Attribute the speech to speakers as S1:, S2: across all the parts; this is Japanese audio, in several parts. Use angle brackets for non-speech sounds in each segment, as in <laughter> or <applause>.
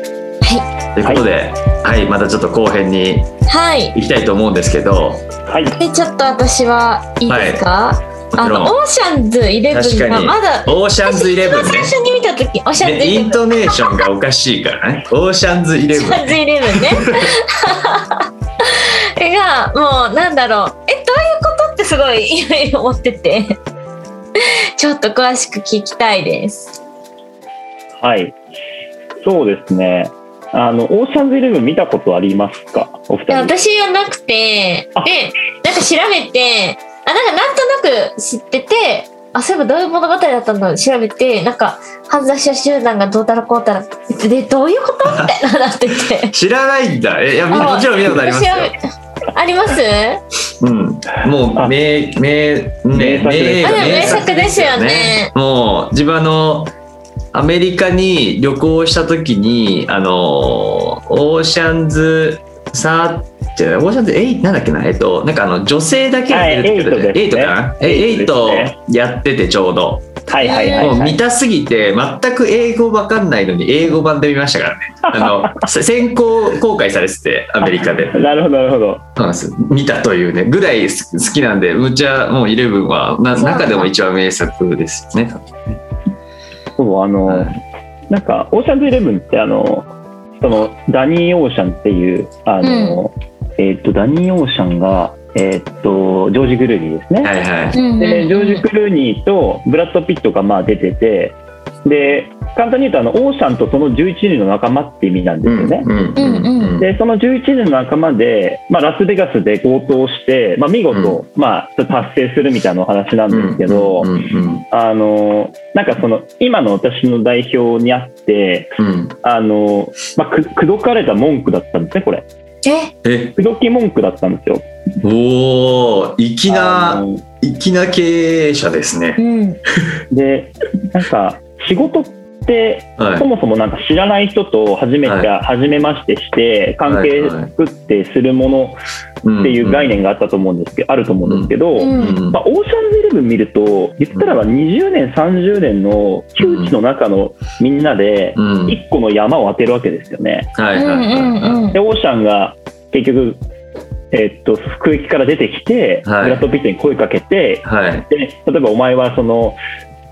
S1: ということで、はい、またちょっと後編に
S2: はい。
S1: 行きたいと思うんですけど、
S3: はい。
S2: で、ちょっと私はいいですか、
S1: も
S2: あ
S1: ちろん
S2: の、オーシャンズイレブ
S1: 確
S2: ン
S1: か
S2: は
S1: に
S2: まだ、
S1: オーシャンズイレブンね
S2: 最初に見たとき、オーシャンズ
S1: ね
S2: イ
S1: イ
S2: レブ
S1: ン
S2: ン。オ
S1: トネーション
S2: <laughs>
S1: がおかしいからねオーシャンズイ
S2: ー
S1: レブン
S2: シャンズイレブンね。えが、もう、なんだろう。え、どういうことってすごい、いろいろ <laughs> 思ってて。ちょっと詳しく聞きたいです。
S3: はい。そうですね。あの、オーシャンズイレブン見たことありますかお二
S2: いや
S3: 人。
S2: 私はなくて、
S3: あ
S2: で、なんか調べて、あ、なんかなんとなく知ってて、あ、そういえばどういう物語だったんだろう調べて、なんか、犯罪者集団がどうたらこうたら、で、どういうことみたいななってて。
S1: 知らないんだえい <laughs> やみ
S2: あ
S1: もちろん見たことありますよ
S2: 調、べあります
S1: うん、もう
S3: あ
S1: 名名名
S3: 名作です
S2: あでも
S1: 名
S2: 名作ですよね
S1: もう自分あのアメリカに旅行した時にあのオーシャンズサーじゃないオーシャンズ8なんだっけなえっとなんかあの女性だけが出るってこと
S3: はい
S1: で
S3: エイ
S1: 8か
S3: トですね
S1: なえ
S3: エイトですね
S1: 8やっててちょうど
S3: はいはいはい、
S1: もう
S3: は
S1: 見
S3: い。
S1: たすぎて全く英語わかんないのに英語版で見ましたからねあのせ先行公開されててアメリカで
S3: なるほどなるほど。
S1: そうなんです見たというねぐらいす好きなんでむちゃもうイレブンはな
S2: そうなんだ
S1: 中でも一番名作ですよね
S3: そうあの、
S1: は
S3: なんかオーシャンズイレブンってあのそのダニー・オーシャンっていうあの、えっとダニー・オーシャンがえっとジョージ・グルーニーですね。
S1: はいはい
S3: でジョージ・クルーニーとブラッド・ピットがまあ出ててで簡単に言うとあのオーシャンとその11人の仲間って意味なんですよね。
S1: うんうんうんうん
S3: でその11人の仲間で、まあ、ラスベガスで強盗をして、まあ、見事、まあ、達成するみたいなお話なんですけど、
S1: うんうん
S3: あのなんかその今の私の代表にあって
S1: うんうん
S3: あの、まあ、く口説かれた文句だったんですねこれ
S2: え
S1: え
S3: 口説き文句だったんですよ。
S1: おお粋
S3: あ
S1: な
S3: の
S1: 粋な経営者ですね
S2: うん
S3: でなんか仕事って
S1: はい
S3: そもそもなんか知らない人と初めて、
S1: は
S3: 初めましてして関係作ってするものっていう概念があったと思うんですけど、あると思うんですけ
S2: う
S3: ど、
S1: うんうん
S2: ん
S1: うん
S3: まあ、オーシャンズイレブン見ると言ったらば20年30年の窮地の中のみんなで
S1: うん
S3: 1個の山を当てるわけですよね。
S1: は
S2: う
S1: いはいはいはい
S2: んうん
S3: でオーシャンが結局、えっと服役から出てきて、
S1: はい
S3: ブラッド・ピットに声かけて
S1: はい
S3: で例えばお前はその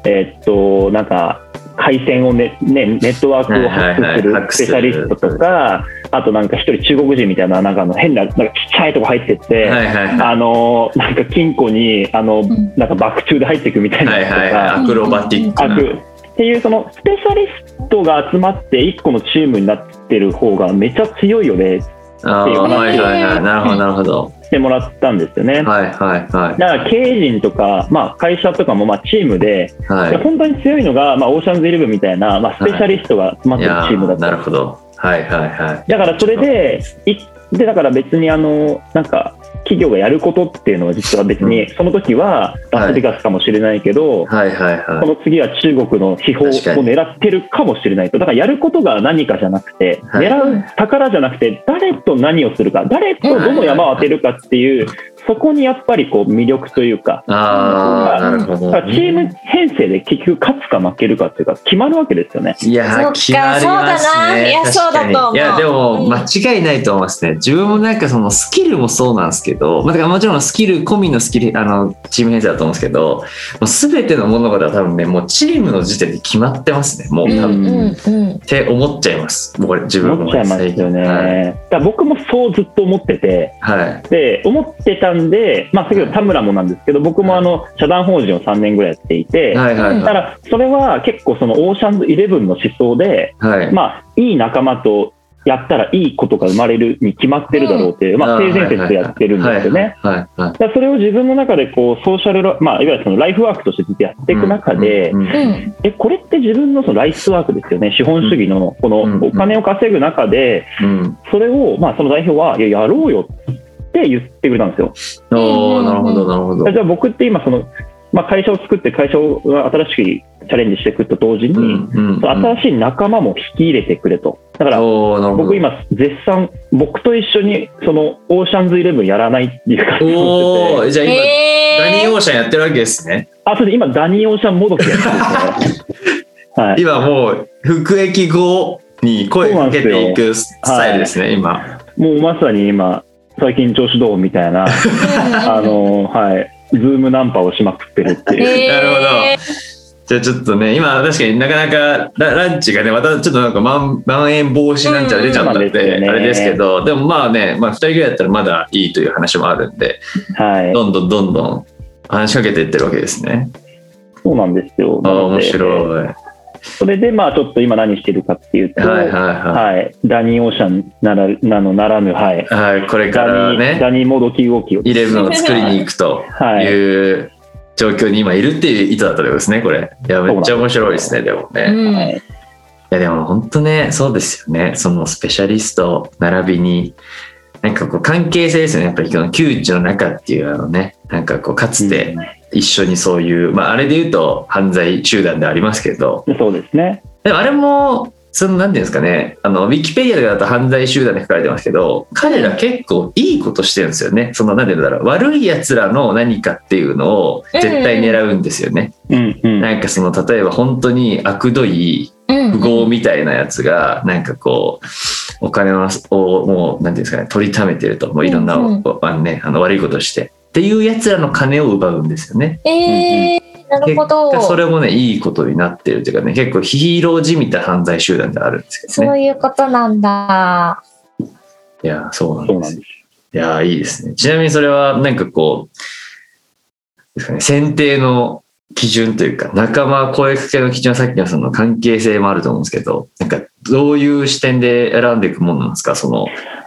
S3: えっとなんか回線をねねネットワークをハックする
S1: はいはいはい
S3: スペシャリストとか、あとなんか一人中国人みたいななんかあの変ななんかちっちゃいとこ入ってって、
S1: はいはいはい
S3: あのなんか金庫にあの、
S2: ん
S3: なんか爆中で入っていくみたいな
S1: はい
S3: やつとか、
S1: はいはいアクロバティック
S3: 悪っていうそのスペシャリストが集まって一個のチームになってる方がめちゃ強いよねって
S1: なあーはいはいはいなるほどなるほど
S3: 言ってもらったんですよね。
S1: はいはいは
S3: だから経営陣とか、まあ、会社とかもまあチームで、
S1: いはい
S3: 本当に強いのが、まあ、オーシャンズイレブンみたいな、まあ、スペシャリストが集まっ
S1: い
S3: てる
S1: や
S3: チームだ
S1: ー
S3: った、
S1: なるほどはいはいはい
S3: だからそれでいでだから別にあのなんか企業がやることっていうのは実は別に、その時はラスベガスかもしれないけど、
S1: はいはいは
S3: この次は中国の秘宝を
S1: 確かに
S3: 狙ってるかもしれないと、だからやることが何かじゃなくて、
S1: はい
S3: 狙う宝じゃなくて、誰と何をするか、誰とどの山を当てるかっていう、そこにやっぱりこう魅力というか、
S1: いああなるほ
S3: だ
S1: ど
S3: からチーム編成で結局勝つか負けるかっていうか、決まるわけですよね。
S1: いやー
S2: そ
S1: 決
S2: っ
S1: ま
S2: か
S1: りますね
S2: そうだないやそうだと思う
S1: 確かにいやで
S2: う
S1: も
S2: ん
S1: 間違いないと思いますね自分もなんかそのスキルもそうなんですけど、まあ、だからもちろんスキル込みのスキルあのチーム編成だと思うんですけどもう全ての物事は多分ねもうチームの時点で決まってますねもう
S2: うん
S1: 多分、
S2: うんうん
S1: って思っちゃいますもうこれ自分も
S3: 思っちゃいますよね。
S1: はい、
S3: だから僕もそうずっと思ってて、
S1: はい、
S3: で、思ってたんで、まあ、先ほど田村もなんですけど、僕もあの、社団法人を3年ぐらいやっていて、
S1: はいはい
S3: だ
S1: は
S3: か
S1: い
S3: らそれは結構そのオーシャンズイレブンの思想で、
S1: はい
S3: まあ、いい仲間とやったらいいことが生まれるに決まってるだろうっていう、まあ、性善説でやってるんですよね。
S1: はいはい
S3: だからそれを自分の中でこうソーシャルラ、まあ、いわゆるそのライフワークとしてずっとやっていく中で、
S1: うんうんうん
S2: うん
S3: えこれって自分のそのライフワークですよね資本主義のこの
S1: うん
S3: お金を稼ぐ中で
S1: うん
S3: それを、まあ、その代表はいややろうよって言ってくれたんですよ。
S1: おーなるほどなるほど
S3: じゃあ僕って今その、まあ、会社を作って会社を新しくチャレンジしていくと同時に、
S1: うん
S3: 新しい仲間も引き入れてくれと。だから
S1: おーなるほど
S3: 僕今絶賛僕と一緒にそのオーシャンズイレブンやらないっていう感じを
S1: お
S3: してて
S1: ーじゃあ今、ダニ
S2: え
S1: ー
S2: ー
S1: オーシャンやってるわけですね
S3: あそうで
S1: <laughs>
S3: す今ダニーオーシャンもどきやってるんですねはい
S1: 今もう服役後に声をかけていくスタイルですね、今。
S3: もうまさに今、最近調子どうみた
S1: <laughs>
S3: いな、あの、はい、ズームナンパをしまくってるっていう。
S1: <laughs> なるほどじゃあちょっとね、今確かになかなかラランチがね、またちょっとなんかまんまん延防止なんちゃら出ちゃった
S3: うんんそうなんです
S1: で、
S3: よね
S1: あれですけど、でもまあね、まあ2人ぐらいだったらまだいいという話もあるんで、
S3: はい。
S1: どんどんどんどん話しかけていってるわけですね。
S3: そうなんですよ。
S1: ああ、
S3: なの
S1: 面
S3: で
S1: 白い。は
S3: それで、まあ、ちょっと今何してるかっていう
S1: い
S3: と、
S1: はいは
S3: はい、ダニー・オーシャンならなのならぬ、はい、
S1: い。はい、これか
S3: ダ
S1: ら
S3: ニーダ
S1: ね、
S3: ニーもどき動きを。
S1: イレブンを作りに行くと
S3: はい
S1: いう状況に今いるっていう意図だったということですね、これ。いや、めっちゃ面白いですね、でもね。
S2: うん
S3: はい
S1: いやでも本当ねそうですよねそのスペシャリスト並びになんかこう関係性ですよねやっぱりこの窮地の中っていうあのねなんかこうかつて一緒にそういう、まああれで言うと犯罪集団でありますけど
S3: うんそうですね。
S1: でもあれもその何ていうんですかねあのウィキペディアとかだと犯罪集団で書かれてますけど彼ら結構いいことしてるんですよねその何て言うんだろう悪いやつらの何かっていうのを絶対狙うんですよね、
S3: うんうん。
S1: なんかその例えば本当に悪どい
S2: うん
S1: 富豪みたいなやつがなんかこうお金ををもうなんていうんですかね取りためてるともういろんな、
S2: うんうん
S1: おあのね、あの悪いことをしてっていうやつらの金を奪うんですよね。
S2: えー、なる
S1: 結
S2: ほ
S1: 果
S2: ど。
S1: それもねいいことになってるというかね結構ヒーローじみた犯罪集団であるんですけど
S2: そ
S1: ね。
S2: ういうことなんだ。
S1: いやそうな
S3: そ
S1: んで
S3: うなん
S1: す。
S3: で
S1: いやいいですね。ちなみにそれはなんかこうですかね選定の基準というか仲間声かけの基準はさっきのその関係性もあると思うんですけどなんかどういう視点で選んでいくものなんですかその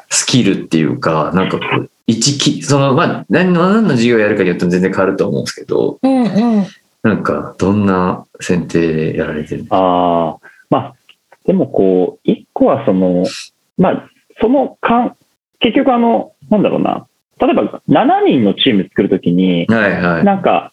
S1: スキルっていうかなんかこう一きそのまあ何の何の授業をやるかによっても全然変わると思うんですけど
S2: うんうん。
S1: なんかどんな選定でやられてるの
S3: す。ああ、まあ、でもこう、一個はその、まあ、その間、結局あの、なんだろうな、例えば7人のチーム作るときに、
S1: はいはい。
S3: なんか、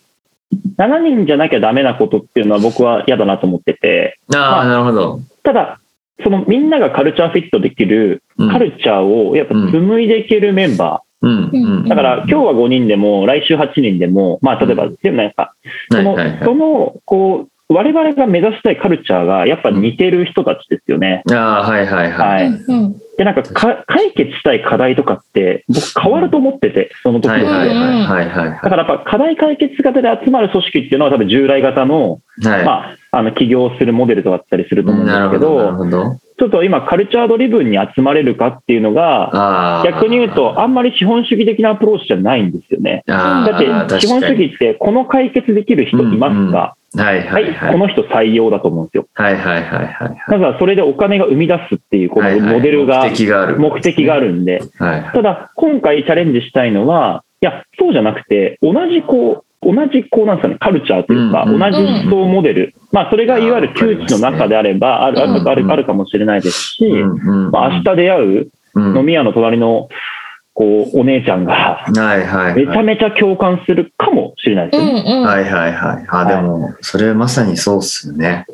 S3: 7人じゃなきゃダメなことっていうのは僕は嫌だなと思ってて、
S1: ああなるほど。
S3: ただ、そのみんながカルチャーフィットできる
S1: うん
S3: カルチャーをやっぱ紡いでいけるメンバ
S1: うんうん
S3: ー。だから今日は5人でも来週8人でも、まあ例えば、でもなんか、その、
S1: はいはいは
S3: その、こう、我々が目指したいカルチャーがやっぱ似てる人たちですよね。
S1: い。ああはいはいは。
S3: はいい。
S2: うんうん
S3: で、なんかか解決したい課題とかって僕変わると思ってて、その時
S1: はい
S3: 々
S1: はい
S3: で。
S1: はいはいはいはい
S3: だからやっぱ課題解決型で集まる組織っていうのは多分従来型の、
S1: はい。
S3: まあ、あの起業するモデルとかだったりすると思うんですけど、
S1: なるほどなるほど
S3: ちょっと今カルチャードリブンに集まれるかっていうのが、
S1: あー
S3: 逆に言うとあんまり資本主義的なアプローチじゃないんですよね。
S1: あー
S3: だって資本主義ってこの解決できる人いますか、
S1: 確かにはいはい
S3: は、
S1: はい
S3: こ
S1: い
S3: の人採用だと思うんですよ。
S1: はいはいはいはい
S3: だからそれでお金が生み出すっていうこ
S1: は
S3: の
S1: いはい
S3: モデルが、
S1: 目的がある
S3: 目的があるんで、
S1: はいはい
S3: ただ今回チャレンジしたいのは、いや、そうじゃなくて、同じこう、同じこうなんですかね、カルチャーというか、
S1: うん
S3: 同じ思想モデル、まあそれがいわゆ
S1: あ
S3: る
S1: ーわかり
S3: 窮
S1: ますね
S3: 地の中であれば、ある、あ
S2: うんうん
S3: る、ある、あるかもしれないですし、
S1: うんうん
S3: まあ明日出会う
S1: うん
S3: 飲み屋の隣の、こう、お姉ちゃんが、
S1: はいはいはい
S3: めちゃめちゃ共感するかもしれないで
S2: う
S3: すよね。
S2: んうん。
S1: はいはいはいあでもそれまさにそうっすよね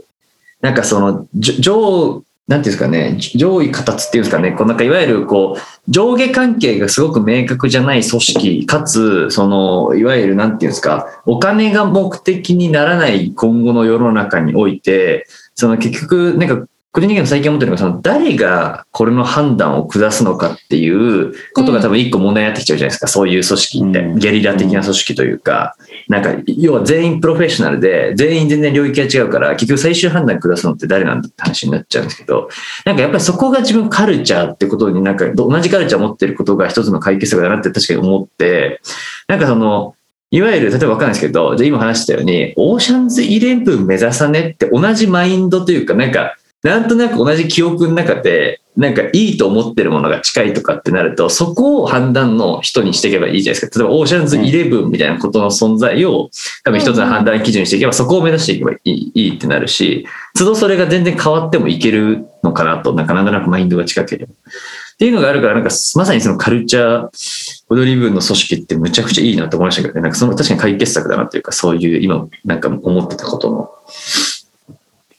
S1: なんかそのじょ上なんていうんですかねじ上位形っていうんですかねこうなんかいわゆるこう上下関係がすごく明確じゃない組織かつそのいわゆるなんていうんですかお金が目的にならない今後の世の中においてその結局、なんか、個人的にも最近思ってるのが、その誰がこれの判断を下すのかっていうことが多分一個問題になってきちゃうじゃないですか、そういう組織って、
S3: うん
S1: ゲリラ的な組織というか、なんか、要は全員プロフェッショナルで、全員全然領域が違うから、結局最終判断下すのって誰なんだって話になっちゃうんですけど、なんかやっぱりそこが自分カルチャーってことになんか、ど同じカルチャーを持ってることが一つの解決策だなって確かに思って、なんかその、いわゆる、例えばわかんないですけど、じゃあ今話したように、オーシャンズイレブン目指さねって同じマインドというか、なんか、なんとなく同じ記憶の中で、なんかいいと思ってるものが近いとかってなると、そこを判断の人にしていけばいいじゃないですか。例えば、オーシャンズイレブンみたいなことの存在を、多分一つの判断基準にしていけば、そこを目指していけばいいいいってなるし、都度それが全然変わってもいけるのかなと、なんかなんとなくマインドが近ければ。っていうのがあるから、なんかまさにそのカルチャー、踊り分の組織ってむちゃくちゃいいなと思いましたけどね、なんかその確かに解決策だなというか、そういう今なんか思ってたことの。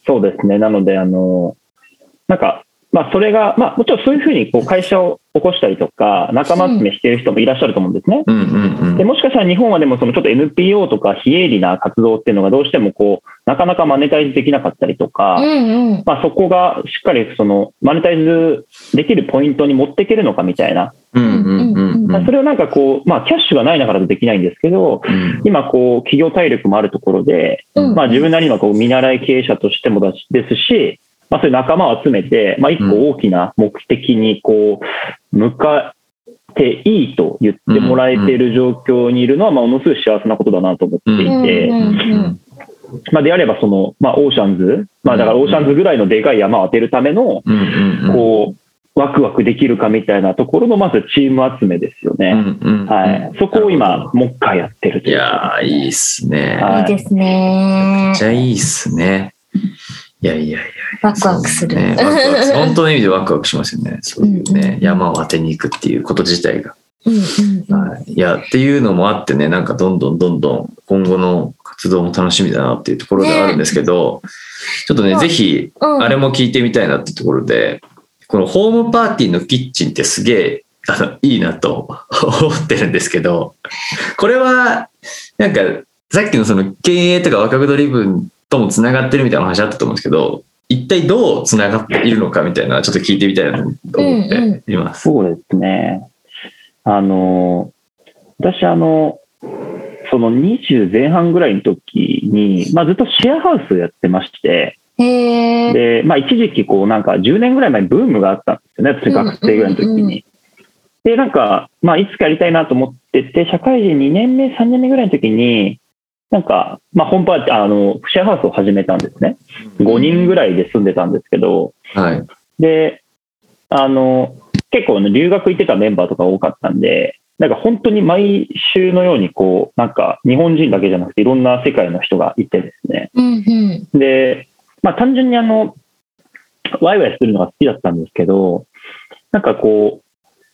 S3: そうですね。なので、あの、なんか、まあ、それが、まあ、もちろんそういうふうにこう会社を起こしたりとか、仲間集めしている人もいらっしゃると思うんですね。
S1: うんうんう
S3: で
S1: ん。
S3: もしかしたら日本はでもそのちょっと NPO とか非営利な活動っていうのがどうしてもこうなかなかマネタイズできなかったりとか、
S2: うんうん。
S3: まあ、そこがしっかりそのマネタイズできるポイントに持っていけるのかみたいな、
S1: うんうんうんう
S3: まあ
S1: ん
S3: そ。れをなんかこう、まあ、キャッシュがない中だとできないんですけど、
S1: うん
S3: 今こう企業体力もあるところで、
S2: うん
S3: まあ、自分なりのこう見習い経営者としてもだしですし、まあ、そういう仲間を集めて、まあ、一個大きな目的にこう向かっていいと言ってもらえている状況にいるのは、まあ、ものすごい幸せなことだなと思っていて、
S1: うん
S2: うんうん
S3: まあ、であればその、まあ、オーシャンズ、まあ、だからオーシャンズぐらいのでかい山を当てるための、
S1: うんうんうん
S3: こう、ワクワクできるかみたいなところの、まずチーム集めですよ
S1: う
S3: ね。
S1: んうんうん
S3: はい。そこを今、もう一回やってると
S1: い
S3: いう。
S1: やー、いいっすね。
S3: は
S2: うん。いいですね
S1: め
S3: い
S1: っ。ちゃいいっすね。いやいやいや。
S2: ワクワクする。
S1: そうねワクワクする本当の意味でワクワクしますよね。そういう
S2: うん
S1: ね
S2: う、ん
S1: 山を当てに行くっていうこと自体が。
S2: うんうんうん。
S1: はい。いや、っていうのもあってね、なんかどんどんどんどん今後の活動も楽しみだなっていうところではあるんですけど、ちょっとね、
S2: そう
S1: ぜひ、
S2: うん
S1: あれも聞いてみたいなってところで、このホームパーティーのキッチンってすげえ、あの、いいなと思ってるんですけど、これは、なんか、さっきのその経営とか若くドリブンともつながってるみたいな話あったと思うんですけど、一体どうつながっているのかみたいなのはちょっと聞いてみたいなと思っています。
S3: そうですね。あの、私、あの、その20前半ぐらいの時に、まあ、ずっとシェアハウスをやってまして、
S2: へえ。
S3: で、まあ、一時期、こう、なんか10年ぐらい前にブームがあったんですよね、私、学生ぐらいの時
S2: うんうんうん
S3: に。で、なんか、まあ、いつかやりたいなと思ってて、社会人2年目、3年目ぐらいの時に、なんか、まあ、本場、あの、シェアハウスを始めたんですね。5人ぐらいで住んでたんですけど、
S1: はい。
S3: で、あの、結構ね、留学行ってたメンバーとか多かったんで、なんか本当に毎週のようにこう、なんか日本人だけじゃなくていろんな世界の人がいてですね。
S2: うんうん。
S3: で、まあ単純にあの、ワイワイするのが好きだったんですけど、なんかこ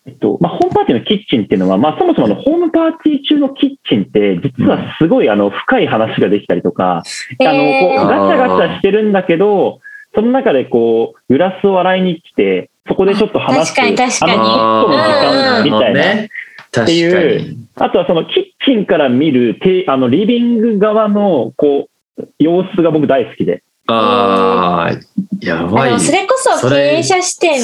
S3: う、えっと、まあホームパーティーのキッチンっていうのは、まあそもそものホームパーティー中のキッチンって、実はすごいあの、深い話ができたりとか、
S2: え
S3: あのこう
S2: ー
S3: ガチャガチャしてるんだけど、その中でこうグラスを洗いに来て、そこでちょっと話す
S2: 確かに確かに
S3: あの
S2: あー
S3: ちょっとの時間みたいな、
S1: ね。確か
S3: ていう
S1: に。
S3: あとはそのキッチンから見るてあのリビング側のこう様子が僕大好きで、
S1: ああ、やば
S2: あ
S1: い
S2: の。それこそ経営者視点っ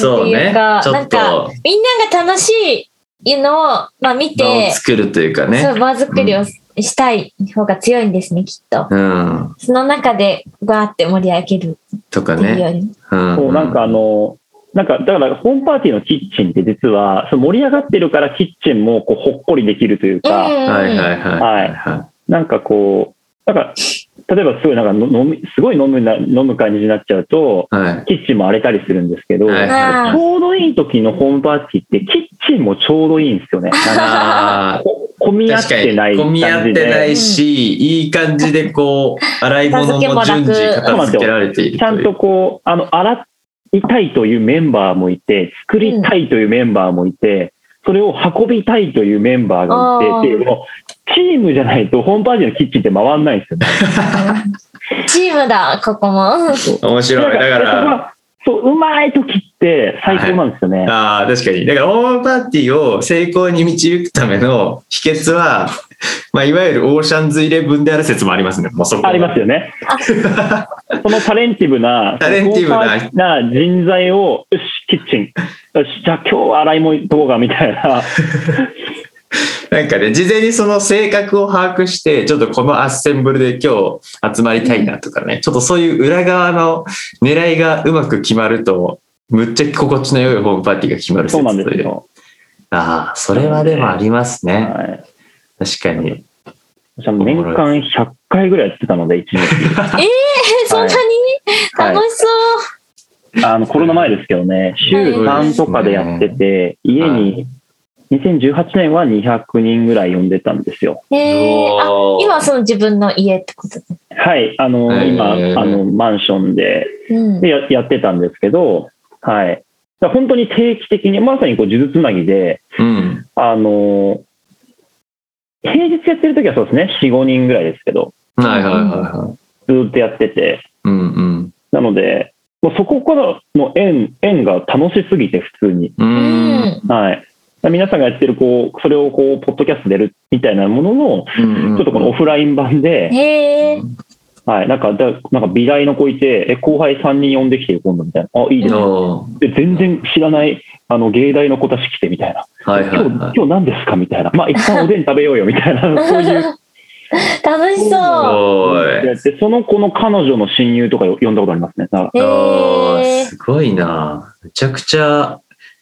S2: ていうか、
S1: そうね
S2: なんかみんなが楽しいのを、まあ、見
S1: 場を
S2: て、
S1: 作るというか
S2: そ
S1: ね。
S2: う場作りをしたい方が強いんですね、きっと。
S1: うん。
S2: その中でわーって盛り上げる
S1: とか
S2: っていうより、
S1: ね。うん。
S3: こうなんかあのなんかだからホームパーティーのキッチンって実はその盛り上がってるからキッチンもこうほっこりできるというか、
S2: うん
S1: はいはいはい。
S3: はい
S1: は
S3: なんかこうなんか例えばすごいなんかの飲みすごい飲むな飲む感じになっちゃうと
S1: い。はい。
S3: キッチンも荒れたりするんですけど、
S1: はい
S2: あ
S3: ちょうどいい時のホームパーティーって、キッチンもちょうどいいんですよね。なんか
S1: あ
S3: こ
S1: ー
S3: 混み合っ
S1: 確か
S3: てない
S1: に
S3: 感じで。
S1: 混み合ってないし、いい感じでこう、洗い物も順次片付けられている
S3: ちゃんとこう、あの、洗いたいというメンバーもいて、作りたいというメンバーもいて、それを運びたいというメンバーがいて、
S2: あー
S3: っていうのをチームじゃないとホームパーティーのキッチンって回んないんですよね。
S2: チームだ、ここも。うん
S1: 面白い。だか
S3: そこ
S1: ら、
S3: がそう、うまい時って最高なんですよね。
S1: ああ、確かに。だから、ホームパーティーを成功に導くための秘訣は、まあ、いわゆるオーシャンズイレブンである説もありますね。もうそこは
S3: ありますよね。そのタレンティブな、
S1: タレンティブな
S3: 豪華な人材を、よし、キッチン。よし、じゃあ今日は洗い物行っとこうか、みたい
S1: <laughs>
S3: な。
S1: なんかね、事前にその性格を把握して、ちょっとこのアッセンブルで今日集まりたいなとかね、ちょっとそういう裏側の狙いがうまく決まると、むっちゃ心地の良いホームパーティーが決まる
S3: そ
S1: 説
S3: うなん
S1: と
S3: で
S1: い
S3: す
S1: う。
S3: よ。
S1: ああ、それはでもありますね。
S3: はい。
S1: 確かに。
S3: 私は年間100回ぐらいやってたので、一日。
S2: <laughs> そんなに
S3: はい
S2: 楽しそう。
S3: あの、コロナ前ですけどね、週3とかでやってて、家に、2018年は200人ぐらい呼んでたんですよ。
S2: へーあ
S1: おー
S2: 今はその自分の家ってことで。
S3: はい。あの、
S1: へー
S3: 今、あの、マンションで、
S2: うん
S3: で。ややってたんですけど、はい。だから本当に定期的に、まさにこう、数珠つなぎで、
S1: うん。
S3: あのー平日やってる時はそうですね、4、5人ぐらいですけど、
S1: はいはいはいはい。
S3: ずーっとやってて、
S1: うんうん。
S3: なので、もうそこからの縁、縁が楽しすぎて、普通に。
S1: う。
S2: うんん。
S3: はい。皆さんがやってる、こう、それをこう、ポッドキャストでやるみたいなものの、
S1: うん
S3: ちょっとこのオフライン版で、
S2: へえ。
S3: はい、なんか、だなんか美大の子いて、え、後輩3人呼んできてよ、今度みたいな。あ、いいですね。
S1: おー
S3: で全然知らない、あの、芸大の子たち来てみたいな。
S1: はいはい
S3: 今
S1: は
S3: 日、今日何ですかみたいな。まあ、一旦おでん食べようよ、みたいな。
S1: <laughs>
S3: そういう。
S2: <laughs> 楽しそ
S1: い。
S3: やって、その子の彼女の親友とか呼んだことありますね。だか
S2: う。
S3: ら
S1: すごい。
S2: へ
S1: あーすごいな。めちゃくちゃ、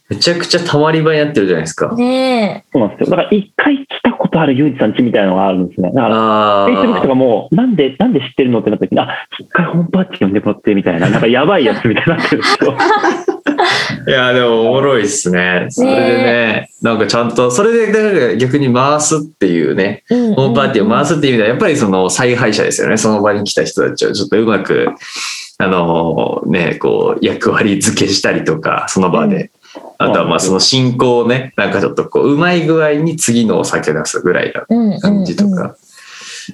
S1: めちゃくちゃたまり場になってるじゃないですか
S2: え。。ね
S3: そうなんですよ。だから、一回来たことあるゆうじさん家みたいなのがあるんですね。だから、
S1: あ
S3: Facebook とかも、なんで、なんで知ってるのってなった時に、あ、一回ホームパーティー呼んでもらって、みたいな。なんか、やばいやつみたいになってるんですよ。
S1: <laughs> あ。いや、でもおもろいですね。それでね、なんかちゃんと、それでだから逆に回すっていうね、
S2: え。うん
S1: ホームパーティーを回すっていう意味では、やっぱりその采配者ですよね。その場に来た人たちをちょっとうまく、あのね、こう、役割付けしたりとか、その場で。あとはまあその進行をね、なんかちょっとこう、うまい具合に次のお酒出すぐらいな
S2: うん
S1: 感じと。か。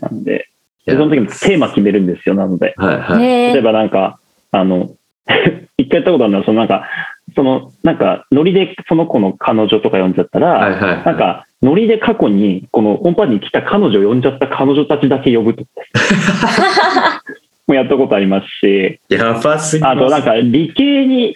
S3: なんで、
S1: い
S3: で
S1: や
S3: その時もテーマ決めるんですよ、なので。
S1: はい
S2: うんうん
S1: はい。
S2: ね
S3: 例え
S2: え。
S3: ばなんか、あの、 <laughs> 一回やったことあるのは、そのなんか、その、なんか、ノリでその子の彼女とか呼んじゃったら、
S1: はいはいはい
S3: なんか、ノリで過去に、このコンパニーに来た彼女を呼んじゃった彼女たちだけ呼ぶと。 <laughs> もうやったことありますし、
S1: やばすぎま
S3: あ
S1: す
S3: となんか、理系に、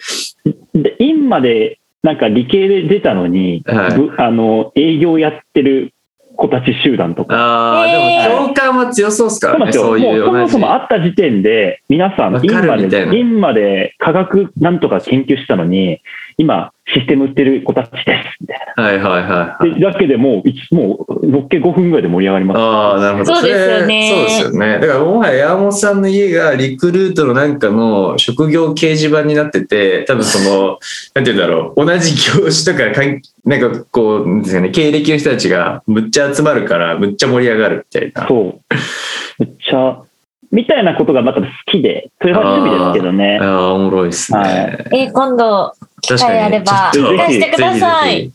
S3: で院まで、なんか理系で出たのに、
S1: はい
S3: ぶあの、営業やってる子たち集団とか、
S1: ああ、
S2: え
S1: で
S2: ー
S1: も共感は強そうですか
S3: そうな
S1: らね、
S3: んですよ
S1: そういう同
S3: もうそもそ
S1: じ。
S3: も会った時点で、皆さ
S1: わ
S3: ん、
S1: か
S3: 院
S1: る
S3: ま
S1: みたいな
S3: で、院まで科学なんとか研究してたのに、今、システム売ってる子たちです、みたい
S1: はいはいはいはい。
S3: な。でだけでもう、一もう、のっけ5分ぐらいで盛り上がります。
S1: ああ、なるほど。
S2: そうですよね
S1: それそうですよね。だから、もはや山本さんの家がリクルートのなんかの職業掲示板になってて、多分その、 <laughs> なんて言うんだろう、同じ業種とかかん、なんかこう、なんですかね、経歴の人たちがむっちゃ集まるから、むっちゃ盛り上がるみたいな。
S3: そう。めっちゃ、みたいなことがまた好きで、それは趣味ですけどね。
S1: ああ、おもろいですね。
S3: はい
S2: えー、今度、機
S1: 確か
S2: 会
S1: に。
S2: あれば、
S1: ちょっと
S2: 聞かせてください。
S1: ぜひぜ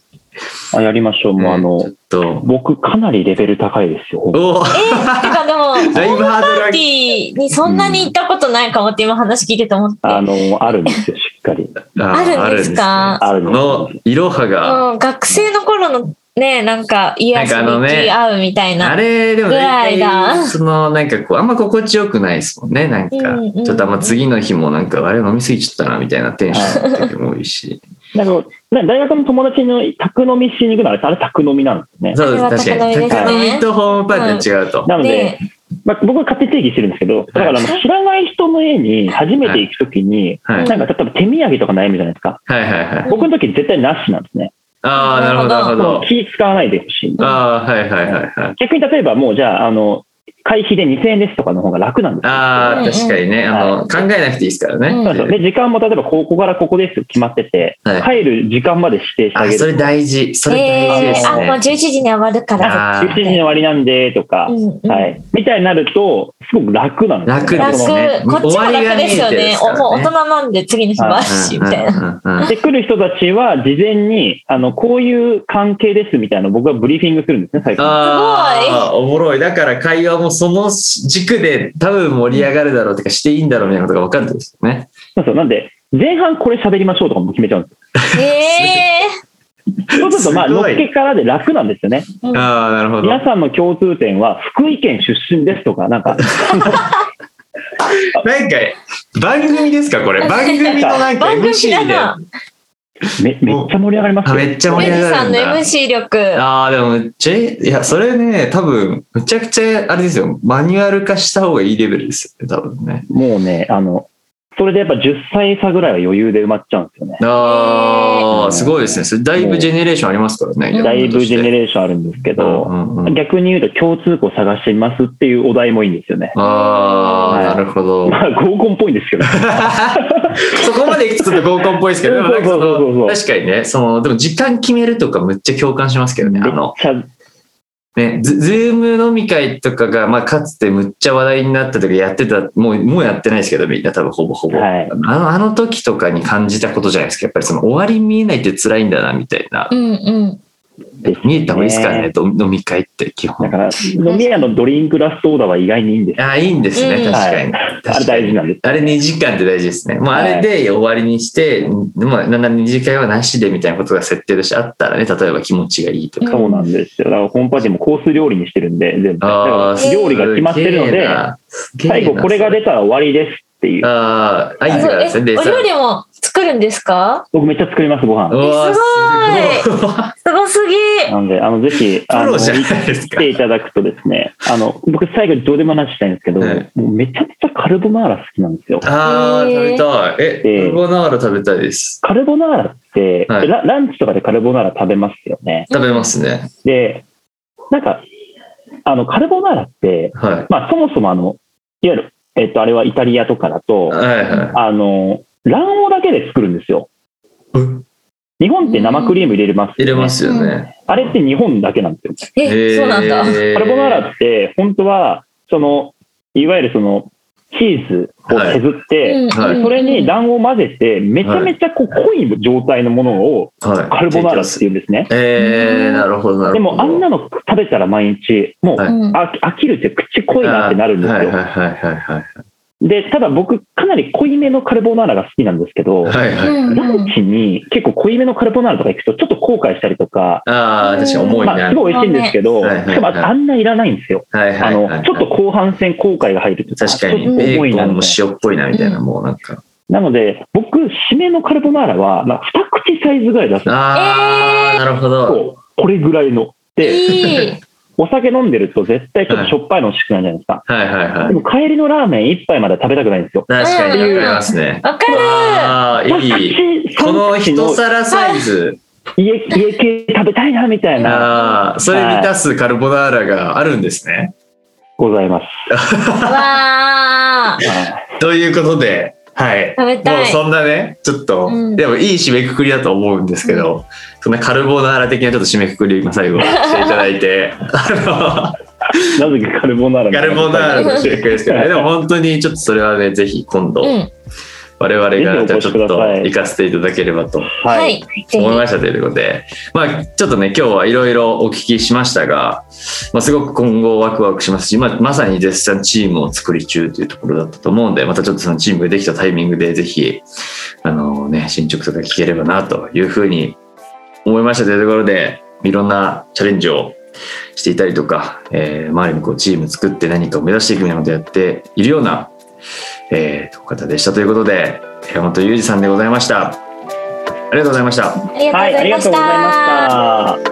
S3: あやりましょう。
S1: ひ
S3: もう、あ
S1: ちょ
S3: の
S1: っ、と。
S3: 僕、かなりレベル高いですよ。
S1: おお、
S2: えー、てかでも、ホーム
S1: だいぶハードル
S2: パ
S1: 上
S2: ー
S1: げ
S2: ティーにそんなに行ったことないかもって今話聞いてて思って。
S3: あの、あるんですよ、しっかり。
S1: あ
S2: あるんですか
S1: あるんですね
S3: あるん
S1: このいろはが、
S2: うん、学生の頃のね、なんか、癒しに行き合うみたい
S1: あ
S2: な。
S1: れでも大
S2: ぐらい
S1: 体
S2: だ
S1: そのなんかこうあんま心地よくないですもんねなんか、
S2: うんうん
S1: ちょっとあんま次の日もなんかあれ飲みすぎちゃったなみたいなテンションの時も多いし
S3: なんか、なんか大学の友達の宅飲みしに行くのは、あれ宅飲みなんですね。
S1: そうです確
S2: あ
S1: か
S2: れ
S1: に
S2: は高い
S1: 高
S2: ですね
S1: 飲みとホームパーティーは違うと、
S3: なので
S2: ね、
S3: まあ、僕は勝手に定義してるんですけど、だからあの知らない人の家に初めて行くときに、
S1: はい、
S3: なんか例えば手土産とか悩むじゃないですか。
S1: はいはいはい
S3: 僕の時絶対なしなんですね。
S1: ああなるほどなるほ
S3: もう
S1: ど
S3: 気使わないでほしい。
S1: ああーはいはいはいはい
S3: 逆に例えばもうじゃあ、あの、会費で2000円ですとかの方が楽なんですよ。
S1: ああ確かにね、
S3: うん
S1: あの考えなくていいですからね、
S2: うん
S3: そうそうで、時間も例えばここからここですって決まってて、
S1: はい
S3: 帰る時間まで指定してあ
S1: あ
S3: げ
S1: それ
S3: る。
S1: 大事それ大事で
S2: えー、
S1: す
S2: あ、もう11
S1: ね、
S2: 時に終わるから。
S1: あ
S3: 11時
S1: ー
S3: の終わりなんでとか、
S2: うんうん
S3: はい。みたいになると、すごく楽なんです
S1: 楽で
S3: よ
S2: 楽、
S1: す
S3: その
S1: ね
S2: こっちも楽ですよ
S1: 終わりが見えてで
S2: ね
S1: すからね
S2: もう大人なんで次の日もあるし、みたいな。
S1: な、うんうんうん
S3: で、来る人たちは事前に、あの、こういう関係ですみたいなのを僕はブリーフィングするんですね、最初。
S1: ああ、おもろい。だから会話もその軸で多分盛り上がるだろうとかしていいんだろうみたいなことが分かるんですよね。
S3: そうそう。なんで、前半これ喋りましょうとかも決めちゃうんで
S2: え
S3: すよ。そうすると、まあ、
S1: す
S3: のっ
S1: ごい
S3: けからで楽なんですよね。
S2: ー。うん
S1: ああ、なるほど。
S3: 皆さんの共通点は、福井県出身ですとか、なんか、
S1: なんか、番組ですかこれ。番組のなんか
S2: 番組
S1: MC
S2: だ
S1: で。
S2: な。
S3: めめっちゃ盛り上がります
S1: あ
S3: よ。
S1: めっちゃ盛
S2: メ
S1: り上
S2: リ
S1: が
S2: さ
S1: る
S2: ん
S1: ん
S2: の
S1: だ。
S2: MC 力。
S1: ああ、でもめっちゃいい、いや、それね、多分、むちゃくちゃ、あれですよ、マニュアル化した方がいいレベルですよね、多分ね。
S3: もうね、あの、それでやっぱ10歳差ぐらいは余裕で埋まっちゃうんですよね。
S1: あ
S3: え
S1: あ、
S3: ー
S1: すごいですね。それだいぶジェネレーションありますからね。
S3: だいぶジェネ
S1: ーシ
S3: レーションあるんですけど、
S1: ョン。
S3: 逆に言うと共通項探してみますっていうお題もいいんですよね。
S1: ああ、なるほど。
S3: まあ、合コンっぽいんです
S1: <laughs>
S3: けど。
S1: そこまで行くとちょっと合コンっぽいですけど、でもなんかそ
S3: そうそうそうそ
S1: の
S3: う
S1: 確かにね、その、でも時間決めるとかめっちゃ共感しますけどね、あ
S3: めっ
S1: の、
S3: ちゃ
S1: ね、ズズーム飲み会とかが、まあ、かつてむっちゃ話題になった時やってた、もう、もうやってないですけど、みんな多分ほぼほぼ。
S3: はい
S1: あの、あの時とかに感じたことじゃないですか、やっぱりその終わり見えないって辛いんだな、みたいな。
S2: うんうん。
S3: ですね
S1: 見えた方がいいですからね、と飲み会って基
S3: だ
S1: 本。
S3: から、飲み屋のドリンクラストオーダーは意外にいいんですよ。
S1: あいいんですね、
S2: うん
S1: 確かに。確か
S3: あれ
S1: に
S3: 大事なんです。
S1: あれ2時間って大事ですね。もうあれで終わりにして、もう7次会はなしでみたいなことが設定としてあったらね、例えば気持ちがいいとか。
S3: そうなんですよ。だから、ホームパーティーもコース料理にしてるんで、全部。だ
S1: あ
S3: か
S1: ー
S3: ら料理が決まってるので、、
S1: すげえな
S3: 最後これが。出たら終わりですっていう。
S1: ああ、合図がで
S2: そ
S1: すね、
S2: うえ
S1: で
S2: お料理も作るんですか
S3: 僕めっちゃ作ります、ご飯。
S1: うわー
S2: えすごい
S1: すごい
S2: すごすぎ
S3: なんで、あの、ぜひ、あ
S1: プ
S3: の、
S1: ロじゃないです
S3: 来
S1: か
S3: ていただくとですね、あの、僕最後にどうでも話したいんですけど、
S1: はい
S3: もうめちゃめちゃカルボナーラ好きなんですよ。
S1: ああ、食べたい。え、
S3: えー
S1: カルボナーラ食べたいです。
S3: カルボナーラって、
S1: はい
S3: ラ、ランチとかでカルボナーラ食べますよね。
S1: 食べますね。
S3: で、なんか、あの、カルボナーラって、
S1: は
S3: まあ、そもそもあの、いわゆる、えっと、あれはイタリアとかだ
S1: い。
S3: と、
S1: はいは
S3: あの、卵黄だけで作るんですよ。
S1: い。う
S3: 日本って生クリーム入れれます、
S1: 入れますよ
S2: う
S1: ね。
S3: あれって日本だけなんですよ。
S2: えそうなんだ
S1: へー
S3: カルボナーラって、本当は、その、いわゆるその、チーズを削って、
S1: はい
S3: それに卵黄を混ぜて、めちゃめちゃこう濃い状態のものを
S1: はい
S3: カルボナーラっていうんですね。
S2: う
S1: えー、
S2: ん
S1: なるほど、なるほど。
S3: でもあんなの食べたら毎日、もう、
S1: はい
S2: うん
S3: あ飽きるって口濃いなってなるんです
S1: はいは
S3: よ。
S1: いはいはいはい。
S3: で、ただ僕、かなり濃いめのカルボナーラが好きなんですけど、
S1: はいはい。
S2: うん
S3: ランチに結構濃いめのカルボナーラとか行くと、ちょっと後悔したりとか、
S1: ああ、確かに重い
S3: まあ、
S1: な。
S3: すごい美味しいんですけど、
S1: はいはいはい
S3: しかもあんないらないんですよ。
S1: はい
S3: あ
S1: はい
S3: の
S1: はい、はい。
S3: ちょっと後半戦後悔が入ると、
S1: 確か
S3: ち
S1: に
S3: ょっと
S1: ベー
S3: 重いな
S1: コ
S3: み
S1: ンも
S3: たいな。
S1: 塩っぽいなみたいな、
S2: うん
S1: もうなんか。
S3: なので、僕、締めのカルボナーラは、まあ、二口サイズぐらい出すんです
S1: ああ、なるほど。
S3: よ。これぐらいの。で、
S2: いい
S3: お酒飲んでると絶対ちょっとしょっぱいの欲しくないじゃないですか。
S1: はいはいは
S3: で
S1: い。
S3: も帰りのラーメン一杯までは食べたくないんですよ。
S1: 確かにわかりますね。
S2: わかる
S1: ああ、いい。
S3: 私
S1: この
S3: 三口
S1: 一皿サイズ、
S3: 家家系食べたいなみたいな、
S1: ああ、それに出すカルボナーラがあるんですね。
S3: ございます。
S2: わー
S3: はい
S1: ということで、はい。
S2: 食べたい
S1: もうそんなね、ちょっと、
S2: うん
S1: でもいい締めくくりだと思うんですけど、そんなカルボナーラ的なちょっと締めくくり、今
S2: <laughs>
S1: 最後していただいて、あ
S3: なぜかカルボナーラ <laughs>
S1: の、
S3: みた
S1: カ
S3: い
S1: ルボナーラの締めくくりですけどね、でも本当にちょっとそれはね、ぜひ今度、
S2: うん
S1: 我々がじゃあ
S3: ぜ
S1: ちょ
S3: ひお越
S1: っ
S3: しくだ
S1: と
S3: さい
S1: 行かせていただければと
S3: は。
S2: はいいぜひ
S1: 思いましたということで、まあ、ちょっとね今日はいろいろお聞きしましたが、まあ、すごく今後ワクワクしますし、まあ、まさに絶賛チームを作り中というところだったと思うんでまたちょっとそのチームができたタイミングでぜひあの、ね、進捗とか聞ければなというふうに思いましたというところでいろんなチャレンジをしていたりとか、えー周りにこうチーム作って何かを目指していくみたいなことをやっているような、えー方でしたということで山本裕二さんでございました。ありがとうございました。
S2: ありがとうご
S3: はい、
S2: ざ
S3: あり
S2: い
S3: が
S2: ま
S3: と
S2: し
S3: うございま
S2: た
S3: した。